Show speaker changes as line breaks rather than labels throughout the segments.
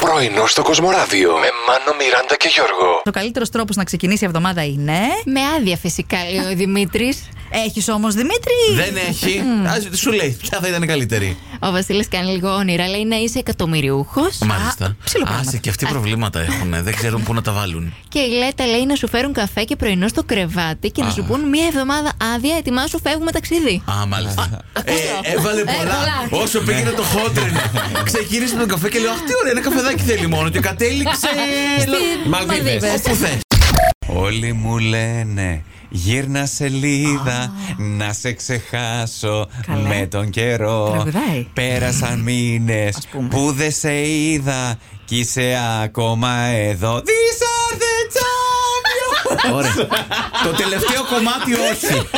Πρωινό στο Κοσμοράδιο με Μάνο, Μιράντα και Γιώργο.
Ο καλύτερος τρόπος να ξεκινήσει η εβδομάδα είναι.
Με άδεια φυσικά, λέει ο Δημήτρης.
Έχεις όμως Δημήτρη.
Δεν έχει. Ας, σου λέει, ποια θα ήταν η καλύτερη.
Ο Βασίλης κάνει λίγο όνειρα, λέει να είσαι εκατομμυριούχος.
Μάλιστα.
ψηλό πράγμα.
Άσε και αυτοί προβλήματα έχουν. Δεν ξέρουν πού να τα βάλουν.
Και η Λέτα λέει να σου φέρουν καφέ και πρωινό στο κρεβάτι και να σου πούν μία εβδομάδα άδεια, ετοιμάσου, φεύγουμε ταξίδι.
Α, μάλιστα. Ε, έβαλε πολλά. Ναι.
πολλά.
Όσο πήγαινε το χότρινε. Ξεκίνησε με τον καφέ και λέω Αχ, τι ωραία, ένα καφεδάκι θέλει μόνο. Και κατέληξε. Μαλδίβε. Όπου θες.
Όλοι μου λένε γύρνα σελίδα να σε ξεχάσω
Καλά.
με τον καιρό
Τραγουδάει.
Πέρασαν μήνες
Ας πούμε.
που δεν σε είδα κι είσαι ακόμα εδώ These are the champions
Ωραία. Το τελευταίο κομμάτι όχι.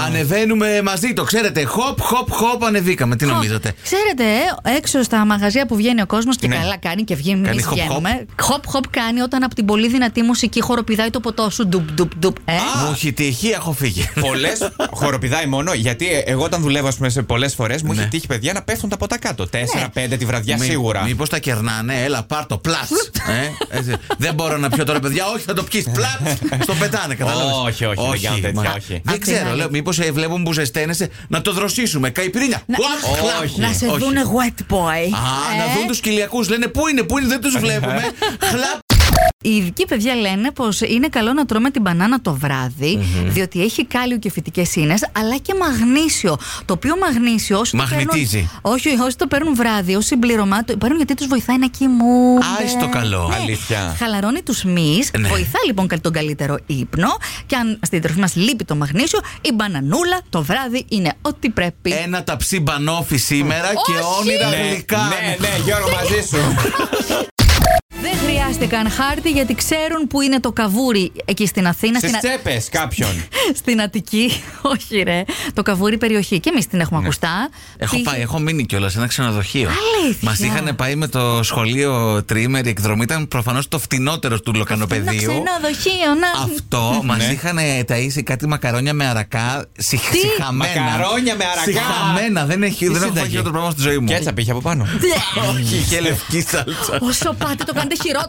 Ανεβαίνουμε μαζί, το ξέρετε. Χοπ, χοπ, χοπ, ανεβήκαμε. Τι νομίζετε.
Ξέρετε, ε, έξω στα μαγαζιά που βγαίνει ο κόσμος και
Ναι.
καλά κάνει και βγαίνει.
Κάνει
εμείς
χοπ-χοπ.
βγαίνουμε. Χοπ-χοπ κάνει όταν από την πολύ δυνατή μουσική χοροπηδάει το ποτό σου. Ντουπ, ντουπ, ντουπ. Ε.
Μου έχει τύχει, έχω φύγει.
Πολλές χοροπηδάει μόνο γιατί ε, εγώ όταν δουλεύω ας πούμε, σε πολλές φορές μου
Ναι.
έχει τύχει παιδιά να πέφτουν τα ποτά κάτω.
Ναι.
4-5 τη βραδιά σίγουρα.
Μήπως τα κερνάνε, έλα, πάρ το πλάτ. ε, έτσι. δεν μπορώ να πιω τώρα, παιδιά. Όχι, θα το πιεις. Πλάτ. Στο πετάνε, κατάλαβες.
Όχι, όχι, δεν κάνουν τέτοια, όχι.
Δεν
Απ' την
ξέρω,
άλλη.
λέω, μήπως βλέπουν που ζεσταίνεσαι να το δροσίσουμε. Καϊπρίνια. Ουαφ, χλαφ.
όχι.
να σε
Όχι.
δούνε wet boy. Ε?
Α,
Ε?
να δουν τους κοιλιακούς. Λένε πού είναι, πού είναι, δεν τους βλέπουμε. Χλαπ.
Οι ειδικοί παιδιά λένε πως είναι καλό να τρώμε την μπανάνα το βραδυ διότι έχει κάλιο και φυτικές ίνε, αλλά και μαγνήσιο. Το οποίο μαγνήσιο. Όσοι Το
Μαγνητίζει.
παίρνουν, όχι, όσοι το παίρνουν βράδυ, ω συμπληρωμά, το παίρνουν γιατί τους βοηθάει να κοιμούνται.
Άι το καλό.
Ναι. Αλήθεια.
Χαλαρώνει τους μυς,
Ναι.
βοηθά λοιπόν κα- τον καλύτερο ύπνο. Και αν στην τροφή μας λείπει το μαγνήσιο, η μπανανούλα το βράδυ είναι ό,τι πρέπει.
Ένα ταψί μπανόφι σήμερα και
Όχι.
όνειρα
Ναι,
γλυκά.
ναι, ναι, Γιώργο, μαζί σου.
Δεν χρειάστηκαν χάρτη γιατί ξέρουν που είναι το καβούρι εκεί στην Αθήνα.
Στις
στην Α-
τσέπες κάποιον.
στην Αττική. Όχι, ρε. Το καβούρι περιοχή. Και εμείς την έχουμε ακουστά.
Ναι. Έχω
Πήγε-
πάει, έχω μείνει κιόλας σε ένα ξενοδοχείο.
Αλήθεια.
Μας είχαν πάει με το σχολείο τριήμερη εκδρομή. Ήταν προφανώς το φτηνότερο του
Ένα
λοκανοπεδίου.
ξενοδοχείο, να.
Αυτό μα
Ναι.
είχαν ταΐσει κάτι μακαρόνια με αρακά. Συχ, συχαμένα.
Μακαρόνια με αρακά.
Συχαμένα. Δεν, έχει, δεν έχω
σύνταγε.
φάει χειρότερο πράγμα στη ζωή μου.
Κέτσα πήγε από πάνω.
Όχι, είχε λευκή σάλτσα.
Όσο πάτε το κάνετε χειρότερο.